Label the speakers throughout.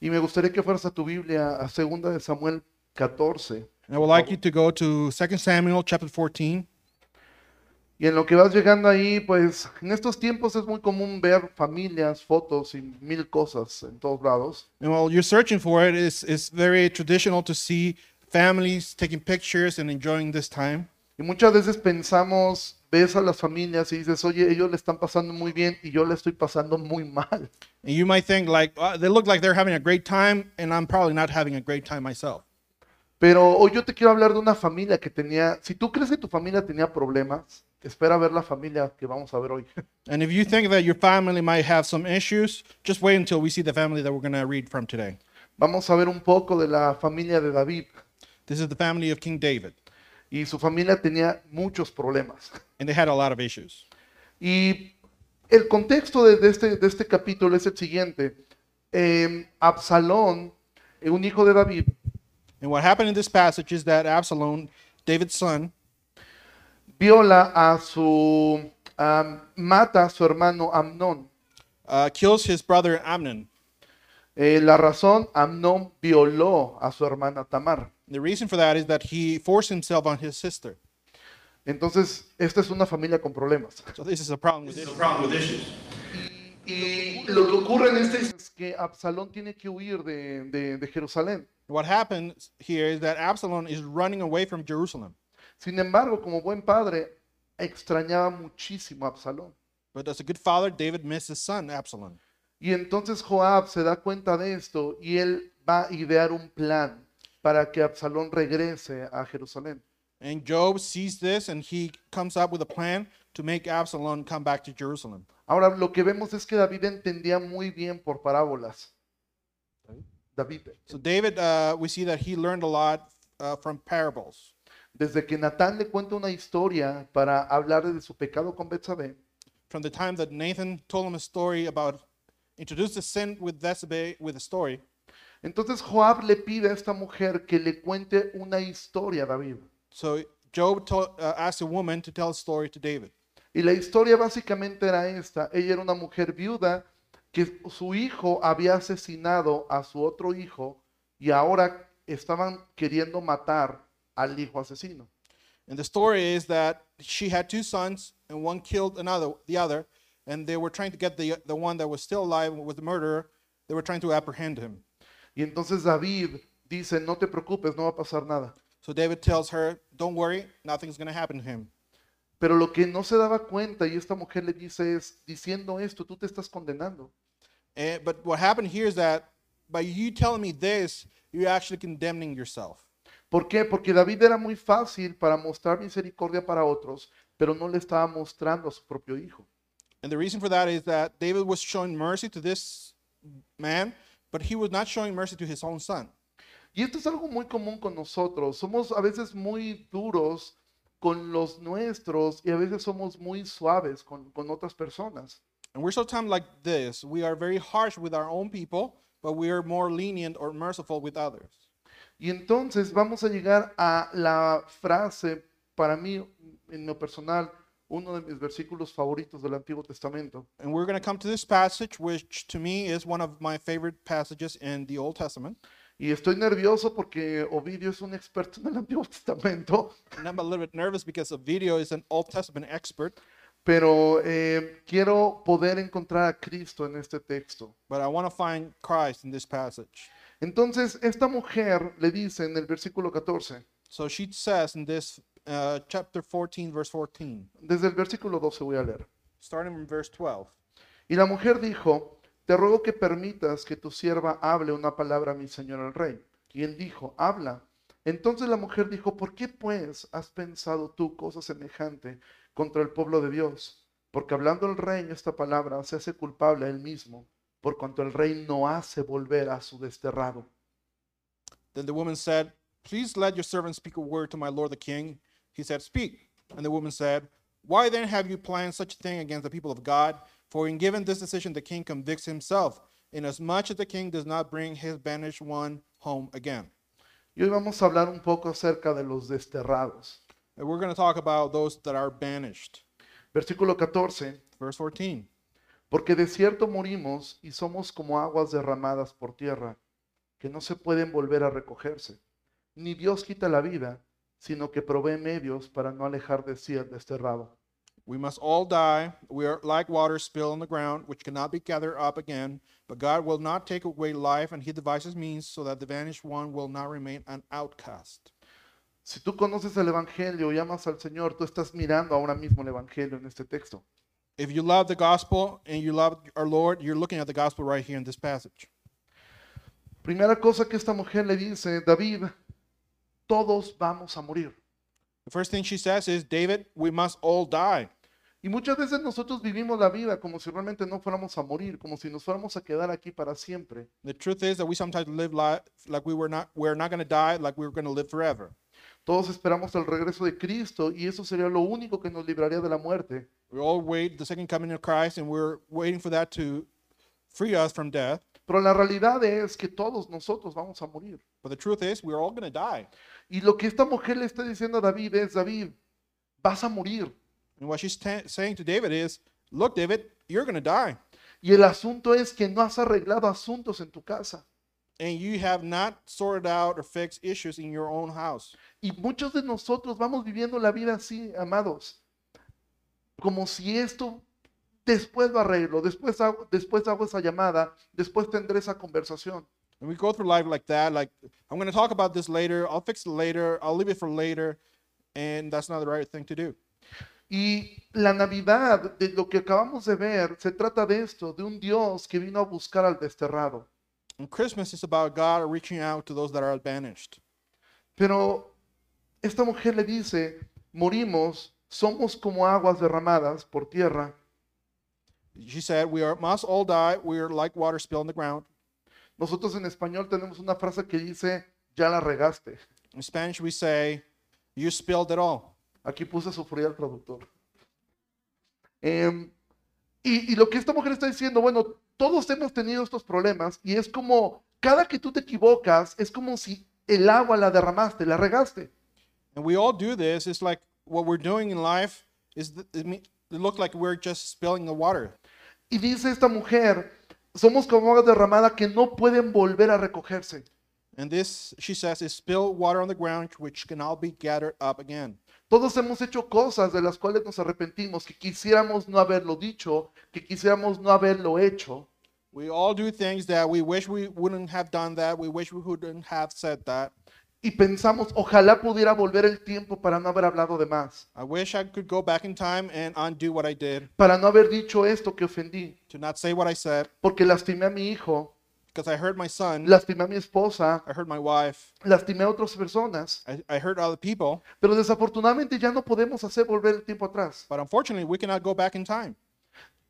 Speaker 1: Y me gustaría que fueras a tu Biblia, a 2 de Samuel 14.
Speaker 2: And I would like you to go to 2 Samuel chapter 14.
Speaker 1: Y en lo que vas llegando ahí, pues en estos tiempos es muy común ver familias, fotos y mil cosas en todos lados.
Speaker 2: And while you're searching for it, it's, it's very traditional to see families taking pictures and enjoying this time.
Speaker 1: Y muchas veces pensamos, ves a las familias y dices, oye, ellos le están pasando muy bien y yo le estoy pasando muy mal.
Speaker 2: And you might think, like, "Uh, they look like they're having a great time, and I'm probably not having a great time myself.
Speaker 1: Pero hoy yo te quiero hablar de una familia que tenía, si tú crees que tu familia tenía problemas, espera a ver la familia que vamos a ver hoy.
Speaker 2: And if you think that your family might have some issues, just wait until we see the family that we're going to read from today.
Speaker 1: Vamos a ver un poco de la familia de David.
Speaker 2: This is the family of King David,
Speaker 1: Y su familia tenía muchos problemas.
Speaker 2: and they had a lot of issues.
Speaker 1: Y el contexto de, de este, de este capítulo es el siguiente. Eh, Absalón, eh, un hijo de David,
Speaker 2: And what happened in this passage is that Absalom, David's son,
Speaker 1: viola a su, a- mata a su hermano Amnón.
Speaker 2: uh, kills his brother Amnon.
Speaker 1: Eh, la razón, Amnón violó a su hermana Tamar.
Speaker 2: The reason for that is that he forced himself on his sister.
Speaker 1: Entonces, esta es una familia con problemas.
Speaker 2: So this is a problem with issues.
Speaker 1: Y lo que ocurre en este es que Absalón tiene que huir de, de- de Jerusalén.
Speaker 2: What happens here is that Absalom is running away from Jerusalem.
Speaker 1: Sin embargo, como buen padre, extrañaba muchísimo a Absalón.
Speaker 2: But as a good father, David missed his son, Absalom.
Speaker 1: Y entonces Joab se da cuenta de esto y él va a idear un plan para que Absalón regrese a Jerusalén.
Speaker 2: And Job sees this and he comes up with a plan to make Absalom come back to Jerusalem.
Speaker 1: Ahora, lo que vemos es que David entendía muy bien por parábolas. David,
Speaker 2: So David, uh, we see that he learned a lot uh, from parables.
Speaker 1: desde que Natán le cuenta una historia para hablarle de su pecado con Betsabé,
Speaker 2: From the time that Nathan told him a story about, introduced the sin with Bethsabe with a story.
Speaker 1: entonces Joab le pide a esta mujer que le cuente una historia a David.
Speaker 2: So Job told, uh, asked a woman to tell a story to David.
Speaker 1: Y la historia básicamente era esta. Ella era una mujer viuda que su hijo había asesinado a su otro hijo y ahora estaban queriendo matar al hijo asesino.
Speaker 2: And the story is that she had two sons, and one killed another, the other, and they were trying to get the the one that was still alive was the murderer. They were trying to apprehend him.
Speaker 1: Y entonces David dice, no te preocupes, no va a pasar nada.
Speaker 2: So David tells her, "Don't worry, nothing's going to happen to him."
Speaker 1: Pero lo que no se daba cuenta y esta mujer le dice es, diciendo esto, tú te estás condenando.
Speaker 2: And, Eh, but what happened here is that by you telling me this, you're actually condemning yourself.
Speaker 1: ¿Por qué? Porque David era muy fácil para mostrar misericordia para otros, pero no le estaba mostrando a su propio hijo.
Speaker 2: And the reason for that is that David was showing mercy to this man, but he was not showing mercy to his own son.
Speaker 1: Y esto es algo muy común con nosotros. Somos a veces muy duros con los nuestros y a veces somos muy suaves con, con otras personas.
Speaker 2: And we're sometimes like this. We are very harsh with our own people, but we are more lenient or merciful with others.
Speaker 1: Y entonces vamos a llegar a la frase, para mí, en lo personal, uno de mis versículos favoritos del Antiguo Testamento.
Speaker 2: And we're going to come to this passage, which to me is one of my favorite passages in the Old Testament.
Speaker 1: Y estoy nervioso porque Ovidio es un experto en el Antiguo Testamento,
Speaker 2: And I'm a little bit nervous because Ovidio is an Old Testament expert,
Speaker 1: pero eh, quiero poder encontrar a Cristo en este texto.
Speaker 2: but I want to find Christ in this passage.
Speaker 1: Entonces, esta mujer le dice en el versículo 14,
Speaker 2: So she says in this uh, chapter 14, verse 14,
Speaker 1: Desde el versículo 12 voy a leer.
Speaker 2: starting from verse 12.
Speaker 1: Y la mujer dijo, te ruego que permitas que tu sierva hable una palabra a mi señor el rey. Y él dijo, habla. Entonces la mujer dijo, ¿por qué pues has pensado tú cosa semejante contra el pueblo de Dios? Porque hablando el rey esta palabra se hace culpable a él mismo, por cuanto el rey no hace volver a su desterrado.
Speaker 2: Then the woman said, Please let your servant speak a word to my lord the king. He said, Speak. And the woman said, Why then have you planned such a thing against the people of God? For in giving this decision, the king convicts himself, inasmuch as the king does not bring his banished one home again.
Speaker 1: Y hoy vamos a hablar un poco acerca de los desterrados.
Speaker 2: And we're going to talk about those that are banished.
Speaker 1: Versículo 14.
Speaker 2: Verse 14.
Speaker 1: Porque de cierto morimos y somos como aguas derramadas por tierra. que no se pueden volver a recogerse. Ni Dios quita la vida, sino que provee medios para no alejar de sí al desterrado.
Speaker 2: We must all die. We are like water spilled on the ground, which cannot be gathered up again. But God will not take away life, and He devises means so that the vanished one will not remain an outcast.
Speaker 1: Si tú conoces el Evangelio y amas al Señor, tú estás mirando ahora mismo el Evangelio en este texto.
Speaker 2: If you love the gospel and you love our Lord, you're looking at the gospel right here in this passage.
Speaker 1: Primera cosa que esta mujer le dice, David, todos vamos a morir.
Speaker 2: The first thing she says is, David, we must all die.
Speaker 1: Y muchas veces nosotros vivimos la vida como si realmente no fuéramos a morir, como si nos fuéramos a quedar aquí para siempre.
Speaker 2: The truth is that we sometimes live life like we were not we're not gonna die, like we were gonna live forever.
Speaker 1: Todos esperamos el regreso de Cristo y eso sería lo único que nos libraría de la muerte.
Speaker 2: We all wait the second coming of Christ, and we're waiting for that to free us from death.
Speaker 1: Pero la realidad es que todos nosotros vamos a morir.
Speaker 2: But the truth is, we're all gonna die.
Speaker 1: Y lo que esta mujer le está diciendo a David es, David, vas a morir.
Speaker 2: And what she's ta- saying to David is, look, David, you're gonna die,
Speaker 1: Y el asunto es que no has arreglado asuntos en tu casa.
Speaker 2: and you have not sorted out or fixed issues in your own house.
Speaker 1: Y muchos de nosotros vamos viviendo la vida así, amados, como si esto después lo arreglo, después hago, después hago esa llamada, después tendré esa conversación.
Speaker 2: And we go through life like that. Like, I'm going to talk about this later. I'll fix it later. I'll leave it for later. And that's not the right thing to do.
Speaker 1: Y la Navidad, de lo que acabamos de ver, se trata de esto, de un Dios que vino a buscar al desterrado.
Speaker 2: And Christmas is about God reaching out to those that are banished.
Speaker 1: Pero esta mujer le dice, morimos, somos como aguas derramadas por tierra.
Speaker 2: She said, "We are must all die. We are like water spilled on the ground."
Speaker 1: Nosotros en español tenemos una frase que dice, ya la regaste.
Speaker 2: In Spanish, we say, "You spilled it all."
Speaker 1: Aquí puse a sufrir al traductor. Em, y, y lo que esta mujer está diciendo, bueno, todos hemos tenido estos problemas y es como, cada que tú te equivocas, es como si el agua la derramaste, la regaste.
Speaker 2: And we all do this. It's like what we're doing in life is th- it, me- it looks like we're just spilling the water.
Speaker 1: Y dice esta mujer, somos como agua derramada que no pueden volver a recogerse.
Speaker 2: And this, she says, is spilled water on the ground, which can all be gathered up again.
Speaker 1: Todos hemos hecho cosas de las cuales nos arrepentimos, que quisiéramos no haberlo dicho, que quisiéramos no haberlo hecho.
Speaker 2: We all do things that we wish we wouldn't have done that. We wish we wouldn't have said that.
Speaker 1: Y pensamos, ojalá pudiera volver el tiempo para no haber hablado de más.
Speaker 2: I wish I could go back in time and undo what I did,
Speaker 1: para no haber dicho esto que ofendí,
Speaker 2: to not say what I said,
Speaker 1: porque lastimé a mi hijo,
Speaker 2: because I hurt my son,
Speaker 1: lastimé a mi esposa,
Speaker 2: I hurt my wife,
Speaker 1: lastimé a otras personas,
Speaker 2: I, I hurt other people.
Speaker 1: pero desafortunadamente ya no podemos hacer volver el tiempo atrás.
Speaker 2: But unfortunately, we cannot go back in time.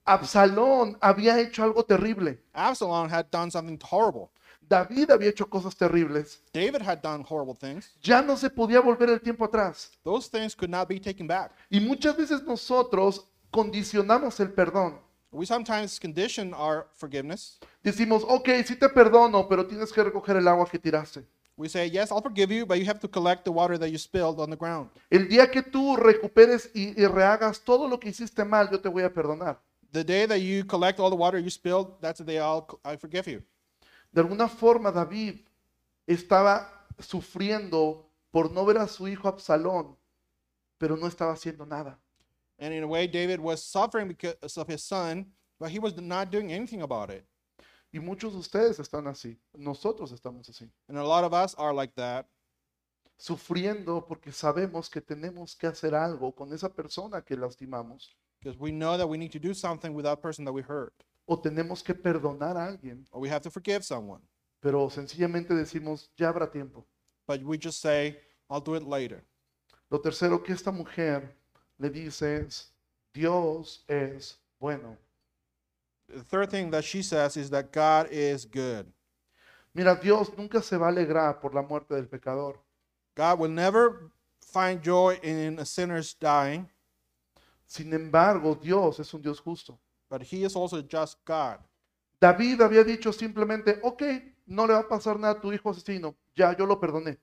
Speaker 1: Absalón había hecho algo terrible,
Speaker 2: Absalom had done something horrible.
Speaker 1: David había hecho cosas terribles,
Speaker 2: David had done horrible things.
Speaker 1: ya no se podía volver el tiempo atrás.
Speaker 2: Those things could not be taken back.
Speaker 1: Y muchas veces nosotros condicionamos el perdón.
Speaker 2: We sometimes condition our forgiveness.
Speaker 1: Decimos, ok, sí te perdono, pero tienes que recoger el agua que tiraste.
Speaker 2: We say, Yes, I'll forgive you, but you have to collect the water that you spilled on the ground.
Speaker 1: El día que tú recuperes y- y rehagas todo lo que hiciste mal, yo te voy a perdonar.
Speaker 2: The day that you collect all the water you spilled, that's the day I'll, I forgive you.
Speaker 1: De alguna forma David estaba sufriendo por no ver a su hijo Absalón, pero no estaba haciendo nada.
Speaker 2: And in a way, David was suffering because of his son, but he was not doing anything about it.
Speaker 1: Y muchos de ustedes están así, nosotros estamos así,
Speaker 2: And a lot of us are like that,
Speaker 1: sufriendo porque sabemos que tenemos que hacer algo con esa persona que lastimamos
Speaker 2: because we know that we need to do something with that person that we hurt,
Speaker 1: o tenemos que perdonar a alguien,
Speaker 2: or we have to forgive someone.
Speaker 1: pero sencillamente decimos, ya habrá tiempo.
Speaker 2: But we just say, I'll do it later.
Speaker 1: Lo tercero que esta mujer le dice es, Dios es bueno.
Speaker 2: The third thing that she says is that God is good.
Speaker 1: Mira, Dios nunca se va a alegrar por la muerte del pecador.
Speaker 2: God will never find joy in a sinner's dying,
Speaker 1: Sin embargo, Dios es un Dios justo.
Speaker 2: but he is also a just God.
Speaker 1: David había dicho simplemente, ok, no le va a pasar nada a tu hijo asesino, ya yo lo perdoné,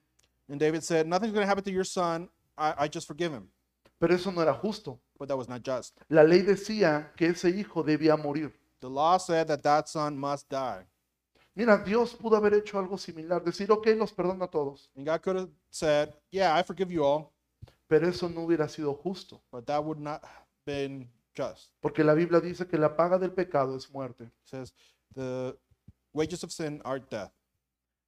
Speaker 2: And David said, Nothing's going to happen to your son. I, I just forgive him.
Speaker 1: pero eso no era justo.
Speaker 2: But that was not just.
Speaker 1: La ley decía que ese hijo debía morir.
Speaker 2: The law said that that son must die.
Speaker 1: Mira, Dios pudo haber hecho algo similar, decir, ok, los perdono a todos,
Speaker 2: And God could have said, Yeah, I forgive you all,
Speaker 1: pero eso no hubiera sido justo,
Speaker 2: but that would not have been just.
Speaker 1: porque la Biblia dice que la paga del pecado es muerte.
Speaker 2: It says, The wages of sin are death.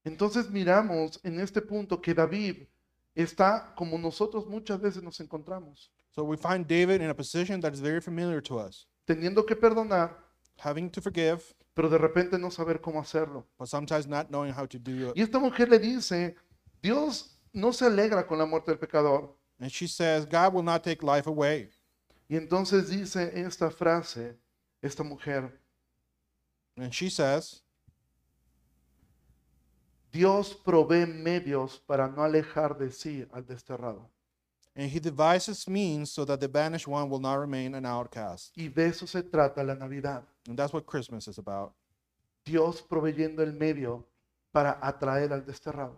Speaker 1: Entonces miramos en este punto que David está como nosotros muchas veces nos encontramos,
Speaker 2: So we find David in a position that is very familiar to us,
Speaker 1: teniendo que perdonar,
Speaker 2: having to forgive,
Speaker 1: pero de repente no saber cómo hacerlo.
Speaker 2: but sometimes not knowing how to do it.
Speaker 1: Y esta mujer le dice, Dios no se alegra con la muerte del pecador.
Speaker 2: And she says, God will not take life away.
Speaker 1: Y entonces dice esta frase, esta mujer,
Speaker 2: And she says,
Speaker 1: Dios provee medios para no alejar de sí al desterrado.
Speaker 2: And he devises means so that the banished one will not remain an outcast.
Speaker 1: Y de eso se trata la Navidad.
Speaker 2: And that's what Christmas is about.
Speaker 1: Dios proveyendo el medio para atraer al desterrado.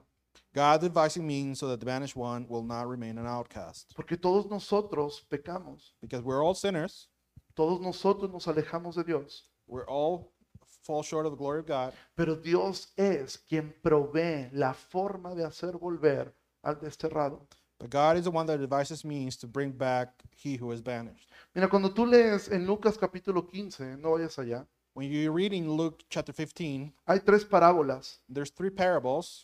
Speaker 2: God devising means so that the banished one will not remain an outcast.
Speaker 1: Porque todos nosotros pecamos,
Speaker 2: Because we're all sinners,
Speaker 1: todos nosotros nos alejamos de Dios,
Speaker 2: we're all fall short of the glory of God,
Speaker 1: pero Dios es quien provee la forma de hacer volver al desterrado.
Speaker 2: but God is the one that devises means to bring back he who is banished.
Speaker 1: Mira, cuando tú lees en Lucas capítulo 15, no vayas allá,
Speaker 2: When you're reading Luke chapter 15,
Speaker 1: hay tres parábolas.
Speaker 2: there's three parables.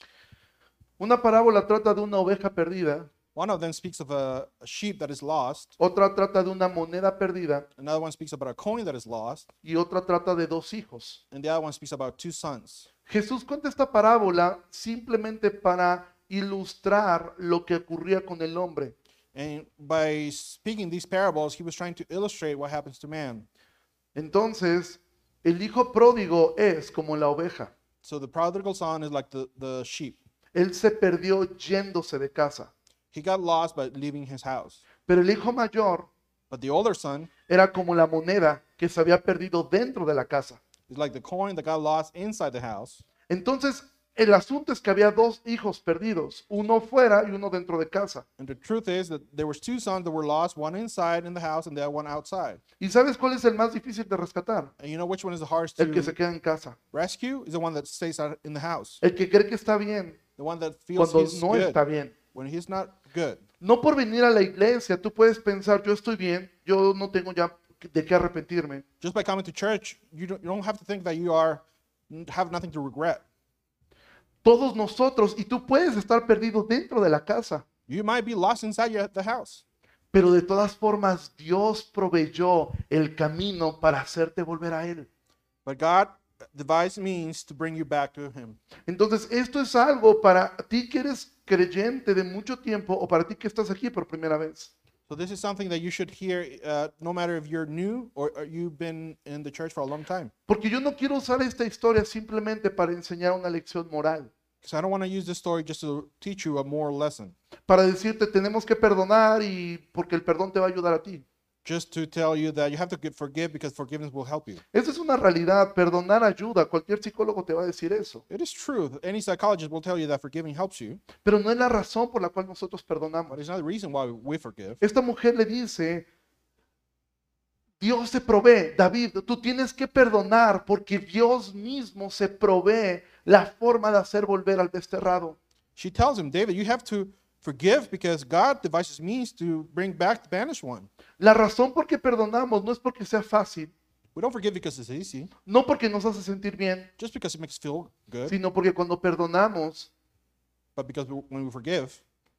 Speaker 1: Una parábola trata de una oveja perdida,
Speaker 2: One of them speaks of a, a sheep that is lost,
Speaker 1: otra trata de una moneda perdida
Speaker 2: another one speaks about a coin that is lost,
Speaker 1: y otra trata de dos hijos.
Speaker 2: and the other one speaks about two sons.
Speaker 1: Jesús cuenta esta parábola simplemente para ilustrar lo que ocurría con el hombre.
Speaker 2: And by speaking these parables, he was trying to illustrate what happens to man.
Speaker 1: Entonces, el hijo pródigo es como la oveja.
Speaker 2: So the prodigal son is like the, the sheep.
Speaker 1: Él se perdió yéndose de casa.
Speaker 2: He got lost by leaving his house.
Speaker 1: Pero el hijo mayor
Speaker 2: But the older son
Speaker 1: era como la moneda que se había perdido dentro de la casa.
Speaker 2: is like the coin that got lost inside the house.
Speaker 1: Entonces, el asunto es que había dos hijos perdidos, uno fuera y uno dentro de casa.
Speaker 2: And the truth is that there was two sons that were lost, one inside in the house and the other one outside.
Speaker 1: ¿Y sabes cuál es el más difícil de rescatar?
Speaker 2: And you know which one is the hardest
Speaker 1: El que se
Speaker 2: to
Speaker 1: queda en casa,
Speaker 2: rescue is the one that stays out in the house.
Speaker 1: el que cree que está bien
Speaker 2: The one that feels
Speaker 1: cuando
Speaker 2: he's
Speaker 1: no
Speaker 2: good
Speaker 1: está bien.
Speaker 2: when he's not good.
Speaker 1: No por venir a la iglesia, tú puedes pensar, yo estoy bien, yo no tengo ya de qué arrepentirme.
Speaker 2: Just by coming to church, you don't, you don't have to think that you are have nothing to regret.
Speaker 1: Todos nosotros, y tú puedes estar perdido dentro de la casa,
Speaker 2: You might be lost inside your, the house,
Speaker 1: pero de todas formas Dios proveyó el camino para hacerte volver a Él.
Speaker 2: but God devised means to bring you back to Him.
Speaker 1: Entonces, esto es algo para ti que eres creyente de mucho tiempo o para ti que estás aquí por primera vez.
Speaker 2: So this is something that you should hear, uh, no matter if you're new or, or you've been in the church for a long time.
Speaker 1: Porque yo no quiero usar esta historia simplemente para enseñar una lección moral,
Speaker 2: Because I don't want to use this story just to teach you a moral lesson,
Speaker 1: para decirte tenemos que perdonar y porque el perdón te va a ayudar a ti.
Speaker 2: just to tell you that you have to give, forgive because forgiveness will help you.
Speaker 1: Esa es una realidad, perdonar ayuda, cualquier psicólogo te va a decir eso,
Speaker 2: It is true. that Any psychologist will tell you that forgiving helps you,
Speaker 1: pero no es la razón por la cual nosotros
Speaker 2: but
Speaker 1: perdonamos.
Speaker 2: it's not the reason why we forgive.
Speaker 1: Esta mujer le dice, Dios se provee, David, tú tienes que perdonar porque Dios mismo se provee la forma de hacer volver al desterrado.
Speaker 2: She tells him, David, you have to forgive because God devises means to bring back the banished one.
Speaker 1: La razón por qué perdonamos no es porque sea fácil,
Speaker 2: We don't forgive because it's easy,
Speaker 1: no porque nos hace sentir bien,
Speaker 2: just because it makes us feel good,
Speaker 1: sino porque cuando perdonamos
Speaker 2: but because we, when we forgive,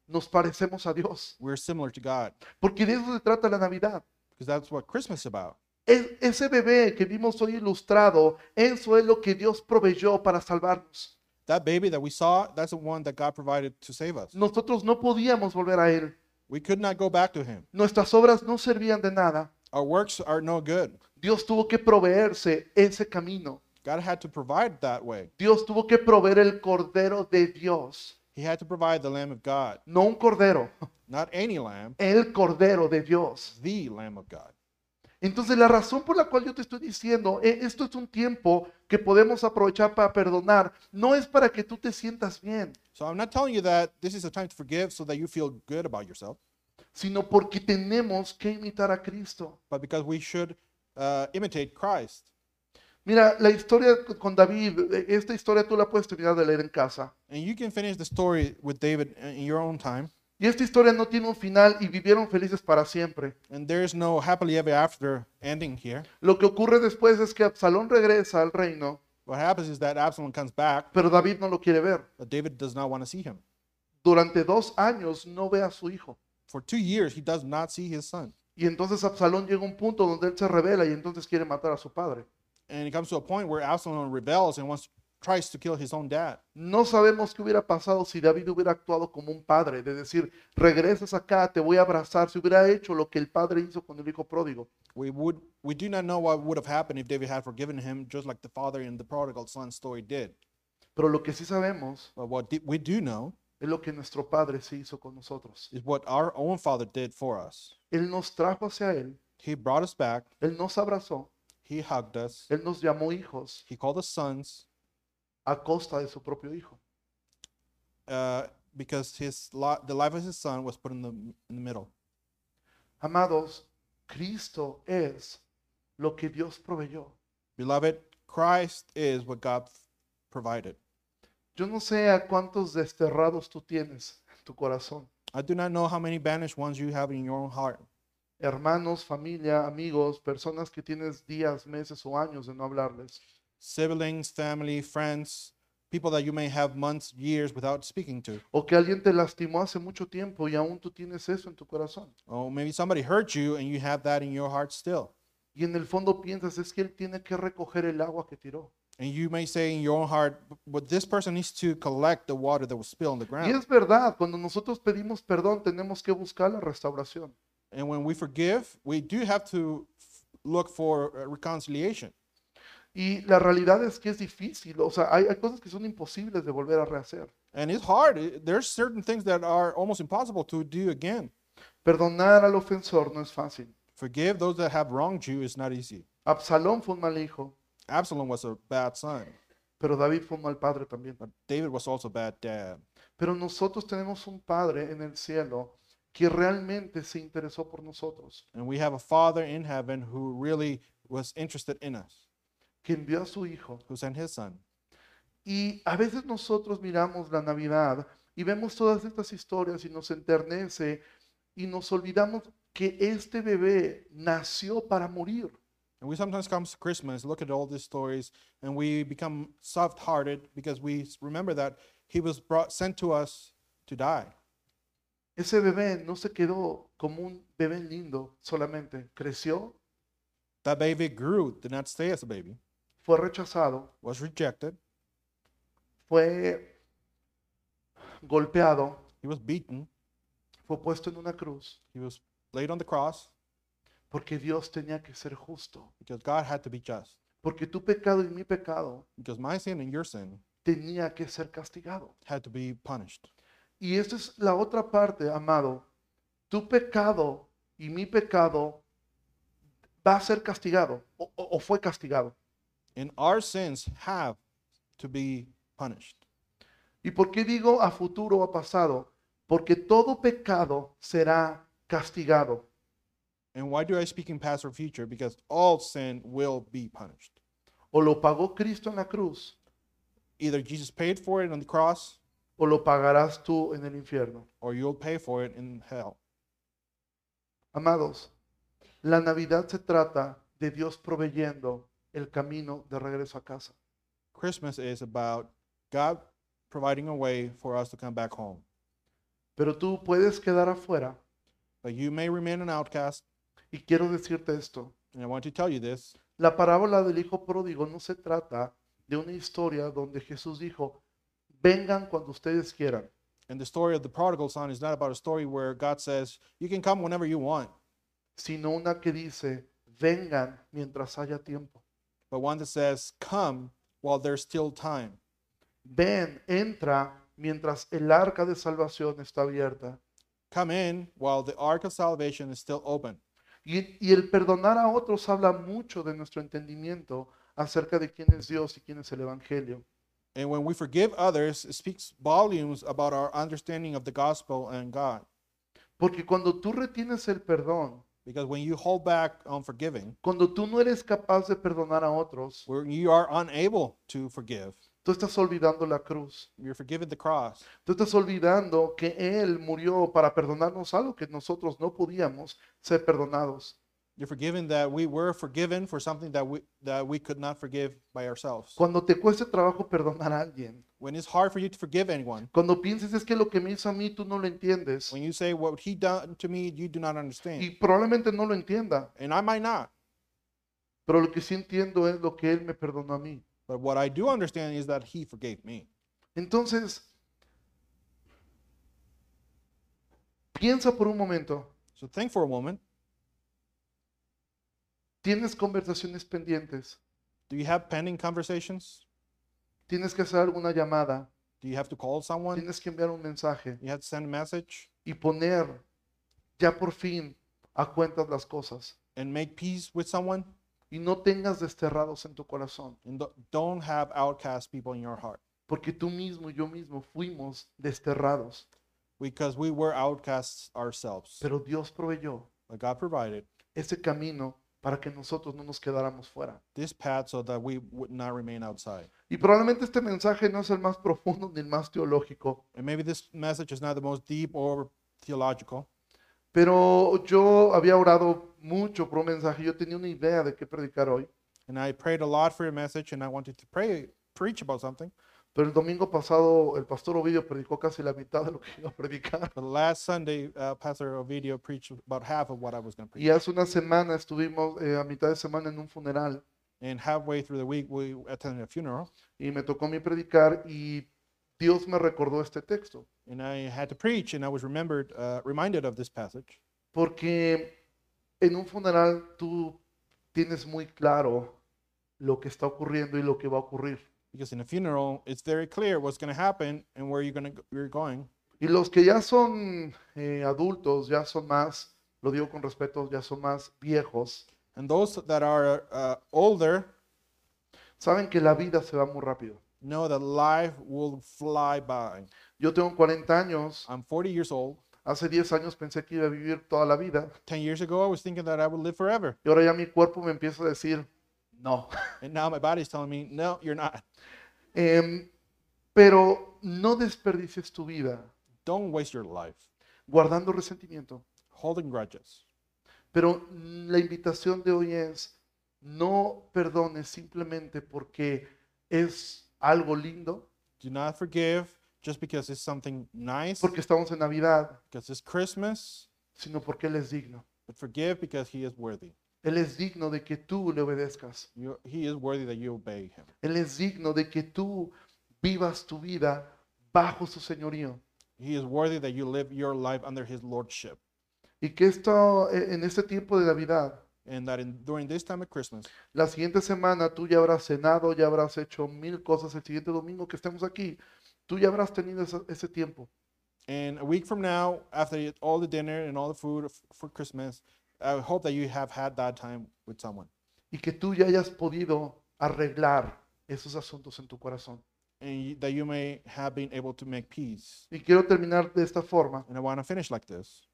Speaker 1: nos parecemos a Dios,
Speaker 2: we're similar to God.
Speaker 1: porque de eso se trata la Navidad.
Speaker 2: Because that's what Christmas is about.
Speaker 1: Es- E, ese bebé que vimos hoy ilustrado, eso es lo que Dios proveyó para salvarnos.
Speaker 2: That baby that we saw, that's the one that God provided to save us.
Speaker 1: Nosotros no podíamos volver a Él.
Speaker 2: We could not go back to him.
Speaker 1: Nuestras obras no servían de nada.
Speaker 2: Our works are no good.
Speaker 1: Dios tuvo que proveerse ese camino.
Speaker 2: God had to provide that way.
Speaker 1: Dios tuvo que proveer el Cordero de Dios.
Speaker 2: He had to provide the Lamb of God,
Speaker 1: No un Cordero,
Speaker 2: not any Lamb,
Speaker 1: el Cordero de Dios.
Speaker 2: the Lamb of God.
Speaker 1: Entonces la razón por la cual yo te estoy diciendo, eh, esto es un tiempo que podemos aprovechar para perdonar, no es para que tú te sientas bien,
Speaker 2: So I'm not telling you that this is a time to forgive so that you feel good about yourself,
Speaker 1: sino porque tenemos que imitar a Cristo.
Speaker 2: but because we should uh, imitate Christ.
Speaker 1: Mira, la historia con David, eh, esta historia tú la puedes terminar de leer en casa.
Speaker 2: And you can finish the story with David in your own time.
Speaker 1: Y esta historia no tiene un final y vivieron felices para siempre.
Speaker 2: And there is no happily ever after ending here.
Speaker 1: Lo que ocurre después es que Absalón regresa al reino,
Speaker 2: What happens is that Absalom comes back,
Speaker 1: pero David no lo quiere ver.
Speaker 2: but David does not want to see him.
Speaker 1: Durante dos años no ve a su hijo.
Speaker 2: For two years, he does not see his son.
Speaker 1: Y entonces Absalón llega a un punto donde él se revela y entonces quiere matar a su padre.
Speaker 2: And it comes to a point where Absalom rebels and wants, tries to kill his own dad.
Speaker 1: No sabemos qué hubiera pasado si David hubiera actuado como un padre, de decir, regresas acá, te voy a abrazar, si hubiera hecho lo que el padre hizo con el hijo pródigo.
Speaker 2: We would we do not know what would have happened if David had forgiven him, just like the father in the prodigal son story did.
Speaker 1: Pero lo que sí sabemos
Speaker 2: But what di- we do know
Speaker 1: es lo que nuestro padre sí hizo con nosotros.
Speaker 2: is what our own father did for us.
Speaker 1: Él nos trajo hacia él,
Speaker 2: He brought us back,
Speaker 1: él nos abrazó,
Speaker 2: he hugged us,
Speaker 1: él nos llamó hijos
Speaker 2: he called us sons,
Speaker 1: a costa de su propio hijo.
Speaker 2: uh, because his li- the life of his son was put in the in the middle.
Speaker 1: Amados, Cristo es lo que Dios proveyó.
Speaker 2: Beloved, Christ is what God provided.
Speaker 1: Yo no sé a cuántos desterrados tú tienes en tu corazón,
Speaker 2: I do not know how many banished ones you have in your own heart.
Speaker 1: hermanos, familia, amigos, personas que tienes días, meses o años de no hablarles.
Speaker 2: Siblings, family, friends, people that you may have months, years without speaking to.
Speaker 1: O que alguien te lastimó hace mucho tiempo y aún tú tienes eso en tu corazón.
Speaker 2: Oh, maybe somebody hurt you and you have that in your heart still.
Speaker 1: Y en el fondo piensas, es que él tiene que recoger el agua que tiró.
Speaker 2: And you may say in your own heart, "B- but this person needs to collect the water that was spilled on the
Speaker 1: Y
Speaker 2: ground.
Speaker 1: es verdad, cuando nosotros pedimos perdón tenemos que buscar la restauración.
Speaker 2: And when we forgive, we do have to f- look for uh, reconciliation.
Speaker 1: Y la realidad es que es difícil, o sea, hay, hay cosas que son imposibles de volver a rehacer.
Speaker 2: And it's hard. It- There's certain things that are almost impossible to do again.
Speaker 1: Perdonar al ofensor no es fácil.
Speaker 2: Forgive those that have wronged you is not easy.
Speaker 1: Absalón fue un mal hijo,
Speaker 2: Absalom was a bad son,
Speaker 1: pero David fue un mal padre también.
Speaker 2: but David was also a bad dad.
Speaker 1: Pero nosotros tenemos un Padre en el cielo que realmente se interesó por nosotros,
Speaker 2: And we have a father in heaven who really was interested in us,
Speaker 1: que envió a su Hijo.
Speaker 2: who sent his son.
Speaker 1: Y a veces nosotros miramos la Navidad y vemos todas estas historias y nos enternece y nos olvidamos que este bebé nació para morir.
Speaker 2: And we sometimes come to Christmas, look at all these stories, and we become soft hearted because we s- remember that he was brought sent to us to die.
Speaker 1: Ese bebé no se quedó como un bebé lindo solamente, creció,
Speaker 2: That baby grew, did not stay as a baby,
Speaker 1: fue rechazado,
Speaker 2: was rejected,
Speaker 1: fue golpeado,
Speaker 2: he was beaten,
Speaker 1: fue puesto en una cruz,
Speaker 2: he was laid on the cross
Speaker 1: porque Dios tenía que ser justo.
Speaker 2: because God had to be just,
Speaker 1: Porque tu pecado y mi pecado
Speaker 2: because my sin and your sin
Speaker 1: tenía que ser castigado.
Speaker 2: had to be punished.
Speaker 1: Y esta es la otra parte, amado. Tu pecado y mi pecado va a ser castigado o, o- o fue castigado.
Speaker 2: And our sins have to be punished.
Speaker 1: ¿Y por qué digo a futuro o a pasado? Porque todo pecado será castigado.
Speaker 2: And why do I speak in past or future? Because all sin will be punished.
Speaker 1: O lo pagó Cristo en la cruz
Speaker 2: Either Jesus paid for it on the cross
Speaker 1: o lo pagarás tú en el infierno.
Speaker 2: or you'll pay for it in hell.
Speaker 1: Amados, la Navidad se trata de Dios proveyendo el camino de regreso a casa.
Speaker 2: Christmas is about God providing a way for us to come back home.
Speaker 1: Pero tú puedes quedar afuera.
Speaker 2: But you may remain an outcast,
Speaker 1: Y quiero decirte esto.
Speaker 2: and I want to tell you this.
Speaker 1: La parábola del hijo pródigo no se trata de una historia donde Jesús dijo, vengan cuando ustedes quieran.
Speaker 2: And the story of the prodigal son is not about a story where God says, You can come whenever you want,
Speaker 1: sino una que dice, vengan mientras haya tiempo.
Speaker 2: but one that says, Come while there's still time.
Speaker 1: Ven, entra mientras el arca de salvación está abierta.
Speaker 2: Come in while the ark of salvation is still open.
Speaker 1: Y, y el perdonar a otros habla mucho de nuestro entendimiento acerca de quién es Dios y quién es el Evangelio.
Speaker 2: And when we forgive others, it speaks volumes about our understanding of the gospel and God.
Speaker 1: Porque cuando tú retienes el perdón,
Speaker 2: Because when you hold back on forgiving,
Speaker 1: Cuando tú no eres capaz de perdonar a otros,
Speaker 2: when you are unable to forgive,
Speaker 1: tú estás olvidando la cruz.
Speaker 2: you're forgiving the cross.
Speaker 1: Tú estás olvidando que Él murió para perdonarnos algo que nosotros no podíamos ser perdonados.
Speaker 2: You're forgiving that we were forgiven for something that we that we could not forgive by ourselves.
Speaker 1: Cuando te cueste trabajo perdonar a alguien,
Speaker 2: When it's hard for you to forgive anyone,
Speaker 1: cuando pienses es que lo que me hizo a mí tú no lo entiendes
Speaker 2: when you say what he done to me, you do not understand.
Speaker 1: y probablemente no lo entienda,
Speaker 2: and I might not,
Speaker 1: pero lo que sí entiendo es lo que Él me perdonó a mí.
Speaker 2: but what I do understand is that he forgave me.
Speaker 1: Entonces, piensa por un momento,
Speaker 2: So think for a moment.
Speaker 1: tienes conversaciones pendientes,
Speaker 2: Do you have pending conversations?
Speaker 1: tienes que hacer alguna llamada,
Speaker 2: Do you have to call someone?
Speaker 1: tienes que enviar un mensaje
Speaker 2: You have to send a message
Speaker 1: y poner ya por fin a cuentas las cosas
Speaker 2: and make peace with someone?
Speaker 1: y no tengas desterrados en tu corazón,
Speaker 2: And do- don't have outcast people in your heart
Speaker 1: porque tú mismo y yo mismo fuimos desterrados,
Speaker 2: because we were outcasts ourselves.
Speaker 1: pero Dios proveyó
Speaker 2: But God provided
Speaker 1: ese camino para que nosotros no nos quedáramos fuera.
Speaker 2: this path so that we would not remain outside.
Speaker 1: Y probablemente este mensaje no es el más profundo ni el más teológico,
Speaker 2: And maybe this message is not the most deep or theological,
Speaker 1: Pero yo había orado mucho por un mensaje, yo tenía una idea de qué predicar hoy,
Speaker 2: and I prayed a lot for your message, and I wanted to pray preach about something.
Speaker 1: pero el domingo pasado el pastor Ovidio predicó casi la mitad de lo que iba a predicar.
Speaker 2: But last Sunday, uh, Pastor Ovidio preached about half of what I was going to preach,
Speaker 1: Y hace una semana estuvimos eh, a mitad de semana en un funeral
Speaker 2: and halfway through the week, we attended a funeral,
Speaker 1: y me tocó a mí predicar y Dios me recordó este texto,
Speaker 2: and I had to preach, and I was remembered, uh, reminded of this passage,
Speaker 1: porque en un funeral tú tienes muy claro lo que está ocurriendo y lo que va a ocurrir.
Speaker 2: because in a funeral, it's very clear what's going to happen and where you're going to you're going.
Speaker 1: Y los que ya son eh, adultos, ya son más, lo digo con respeto, ya son más viejos,
Speaker 2: And those that are uh, older
Speaker 1: saben que la vida se va muy rápido.
Speaker 2: know that life will fly by.
Speaker 1: Yo tengo 40 años,
Speaker 2: I'm 40 years old.
Speaker 1: hace 10 años pensé que iba a vivir toda la vida
Speaker 2: 10 years ago, I was thinking that I would live forever.
Speaker 1: y ahora ya mi cuerpo me empieza a decir, no.
Speaker 2: And now my body's telling me, no, you're not.
Speaker 1: Em, pero no desperdicies tu vida
Speaker 2: Don't waste your life
Speaker 1: guardando resentimiento.
Speaker 2: holding grudges.
Speaker 1: Pero la invitación de hoy es, no perdones simplemente porque es algo lindo,
Speaker 2: Do not forgive just because it's something nice,
Speaker 1: porque estamos en Navidad,
Speaker 2: because it's Christmas,
Speaker 1: sino porque Él es digno.
Speaker 2: but forgive because He is worthy.
Speaker 1: Él es digno de que tú le obedezcas.
Speaker 2: You, he is worthy that you obey Him.
Speaker 1: Él es digno de que tú vivas tu vida bajo su señorío.
Speaker 2: He is worthy that you live your life under His lordship.
Speaker 1: Y que esto, eh, en este tiempo de Navidad,
Speaker 2: And that in, during this time of Christmas,
Speaker 1: la siguiente semana tú ya habrás cenado, ya habrás hecho mil cosas. El siguiente domingo que estemos aquí, tú ya habrás tenido esa- ese tiempo.
Speaker 2: and a week from now, after you- all the dinner and all the food f- for Christmas, I hope that you have had that time with someone.
Speaker 1: Y que tú ya hayas podido arreglar esos asuntos en tu corazón.
Speaker 2: and you, that you may have been able to make peace.
Speaker 1: Y quiero terminar de esta forma.
Speaker 2: And I want to finish like this.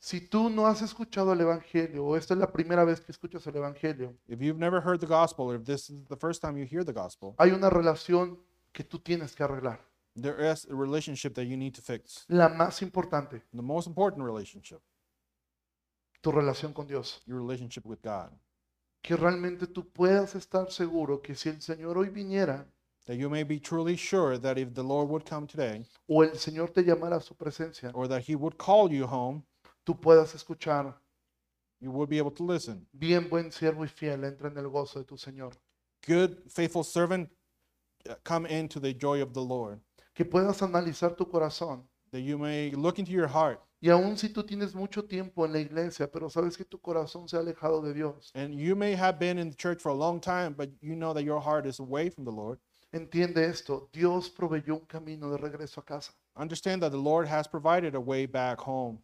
Speaker 1: Si tú no has escuchado el Evangelio, o esta es la primera vez que escuchas el Evangelio,
Speaker 2: If you've never heard the gospel, or if this is the first time you hear the gospel,
Speaker 1: hay una relación que tú tienes que arreglar.
Speaker 2: there is a relationship that you need to fix.
Speaker 1: La más importante,
Speaker 2: The most important relationship,
Speaker 1: tu relación con Dios.
Speaker 2: your relationship with God.
Speaker 1: Que realmente tú puedas estar seguro que si el Señor hoy viniera
Speaker 2: That you may be truly sure that if the Lord would come today,
Speaker 1: o el Señor te llamara a su presencia,
Speaker 2: or that He would call you home,
Speaker 1: tú puedas escuchar,
Speaker 2: you would be able to listen.
Speaker 1: bien buen siervo y fiel, entra en el gozo de tu Señor.
Speaker 2: Good, faithful servant, uh, come into the joy of the Lord.
Speaker 1: Que puedas analizar tu corazón.
Speaker 2: That you may look into your heart,
Speaker 1: Y aun si tú tienes mucho tiempo en la iglesia, pero sabes que tu corazón se ha alejado de Dios,
Speaker 2: and you may have been in the church for a long time, but you know that your heart is away from the Lord.
Speaker 1: entiende esto, Dios proveyó un camino de regreso a casa.
Speaker 2: Understand that the Lord has provided a way back home.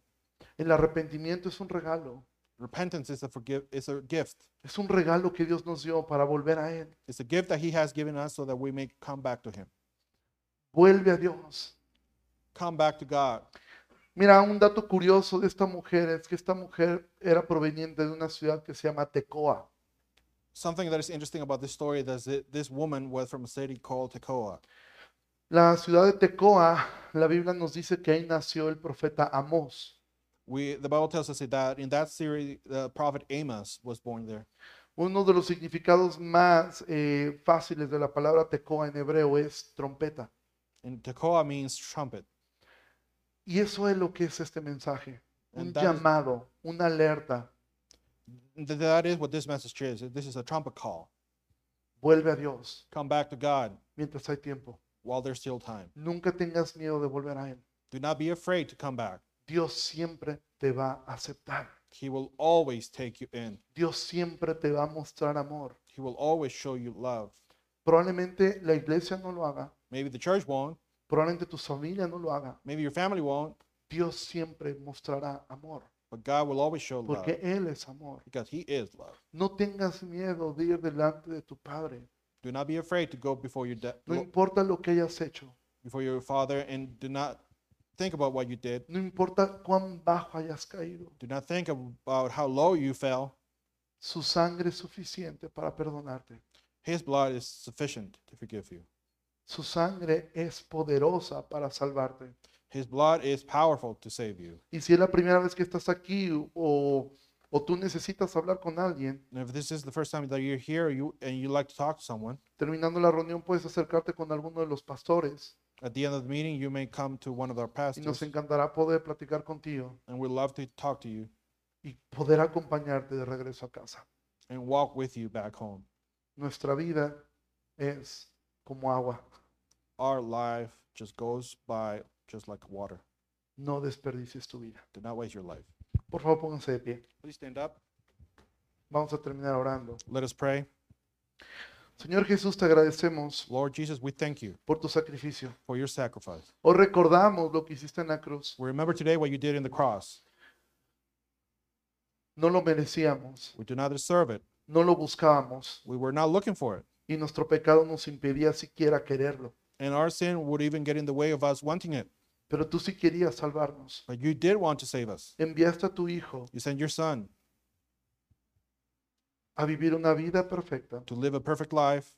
Speaker 1: El arrepentimiento es un regalo,
Speaker 2: Repentance is a forgive is a gift.
Speaker 1: es un regalo que Dios nos dio para volver a Él.
Speaker 2: It's a gift that He has given us so that we may come back to Him.
Speaker 1: Vuelve a Dios.
Speaker 2: Come back to God.
Speaker 1: Mira, un dato curioso de esta mujer es que esta mujer era proveniente de una ciudad que se llama Tecoa.
Speaker 2: Something that is interesting about this story is that this woman was from a city called Tekoa.
Speaker 1: La ciudad de Tecoa, la Biblia nos dice que ahí nació el profeta Amós,
Speaker 2: We, the Bible tells us that in that series, the prophet Amos was born there.
Speaker 1: Uno de los significados más eh, fáciles de la palabra tecoa en hebreo es trompeta.
Speaker 2: And Tekoa means trumpet.
Speaker 1: Y eso es lo que es este mensaje. Un
Speaker 2: And that is-
Speaker 1: llamado, una alerta.
Speaker 2: Th- That is what this message is. This is a trumpet call.
Speaker 1: Vuelve a Dios
Speaker 2: Come back to God
Speaker 1: mientras hay tiempo.
Speaker 2: while there's still time.
Speaker 1: Nunca tengas miedo de volver a Él.
Speaker 2: Do not be afraid to come back.
Speaker 1: Dios siempre te va a aceptar.
Speaker 2: He will always take you in.
Speaker 1: Dios siempre te va a mostrar amor.
Speaker 2: He will always show you love.
Speaker 1: Probablemente la iglesia no lo haga.
Speaker 2: Maybe the church won't.
Speaker 1: Probablemente tu familia no lo haga.
Speaker 2: Maybe your family won't.
Speaker 1: Dios siempre mostrará amor.
Speaker 2: But God will always show love
Speaker 1: Porque Él es amor.
Speaker 2: because He is love.
Speaker 1: No tengas miedo de ir delante de tu Padre.
Speaker 2: Do not be afraid to go before your de-
Speaker 1: No importa lo que hayas hecho,
Speaker 2: before your father and do not think about what you did.
Speaker 1: no importa cuán bajo hayas caído,
Speaker 2: Do not think about how low you fell.
Speaker 1: su sangre es suficiente para perdonarte.
Speaker 2: His blood is sufficient to forgive you.
Speaker 1: Su sangre es poderosa para salvarte.
Speaker 2: His blood is powerful to save you.
Speaker 1: Y si es la primera vez que estás aquí o, o tú necesitas hablar con alguien,
Speaker 2: And if this is the first time that you're here you, and you like to talk to someone,
Speaker 1: terminando la reunión puedes acercarte con alguno de los pastores
Speaker 2: at the end of the meeting, you may come to one of our
Speaker 1: y
Speaker 2: pastors
Speaker 1: nos encantará poder platicar contigo
Speaker 2: and we'd love to talk to you
Speaker 1: y poder acompañarte de regreso a casa.
Speaker 2: and walk with you back home.
Speaker 1: Nuestra vida es como agua,
Speaker 2: Our life just goes by just like water.
Speaker 1: no desperdicies tu vida.
Speaker 2: Do not waste your life.
Speaker 1: Por favor, pónganse de pie.
Speaker 2: Please stand up.
Speaker 1: Vamos a terminar orando.
Speaker 2: Let us pray.
Speaker 1: Señor Jesús, te agradecemos
Speaker 2: Lord Jesus, we thank you
Speaker 1: por tu sacrificio.
Speaker 2: for your sacrifice.
Speaker 1: Hoy recordamos lo que hiciste en la cruz.
Speaker 2: We remember today what you did in the cross.
Speaker 1: No lo merecíamos,
Speaker 2: We do not deserve it.
Speaker 1: no lo buscábamos
Speaker 2: We were not looking for it.
Speaker 1: y nuestro pecado nos impedía siquiera quererlo.
Speaker 2: And our sin would even get in the way of us wanting it.
Speaker 1: Pero tú sí querías salvarnos.
Speaker 2: But you did want to save us.
Speaker 1: Enviaste a tu Hijo
Speaker 2: You sent your son
Speaker 1: a vivir una vida perfecta
Speaker 2: to live a perfect life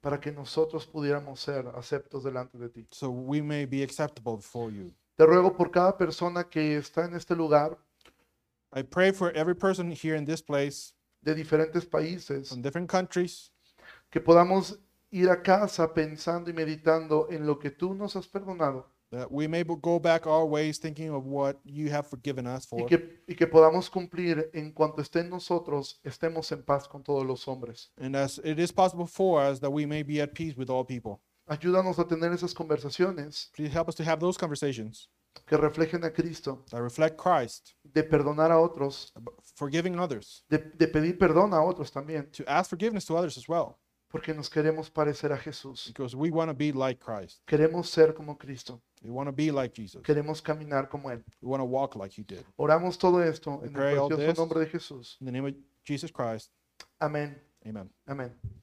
Speaker 1: para que nosotros pudiéramos ser aceptos delante de ti.
Speaker 2: so we may be acceptable before you.
Speaker 1: Te ruego por cada persona que está en este lugar
Speaker 2: I pray for every person here in this place,
Speaker 1: de diferentes países,
Speaker 2: from different countries,
Speaker 1: que podamos ir a casa pensando y meditando en lo que tú nos has perdonado
Speaker 2: that we may bo- go back our ways thinking of what you have forgiven us
Speaker 1: y
Speaker 2: for,
Speaker 1: que, y que podamos cumplir en cuanto esté en nosotros, estemos en paz con todos los hombres.
Speaker 2: and as it is possible for us that we may be at peace with all people.
Speaker 1: Ayúdanos a tener esas conversaciones
Speaker 2: Please help us to have those conversations
Speaker 1: que reflejen a Cristo,
Speaker 2: that reflect Christ,
Speaker 1: de perdonar a otros,
Speaker 2: ab- forgiving others,
Speaker 1: de, de pedir perdón a otros también,
Speaker 2: to ask forgiveness to others as well,
Speaker 1: porque nos queremos parecer a Jesús.
Speaker 2: because we want to be like Christ.
Speaker 1: Queremos ser como Cristo,
Speaker 2: We want to be like Jesus.
Speaker 1: queremos caminar como Él.
Speaker 2: We want to walk like He did.
Speaker 1: Oramos todo esto en el
Speaker 2: pray all
Speaker 1: precioso
Speaker 2: this.
Speaker 1: nombre de Jesús.
Speaker 2: In the name of Jesus Christ,
Speaker 1: Amén,
Speaker 2: amen.
Speaker 1: amén.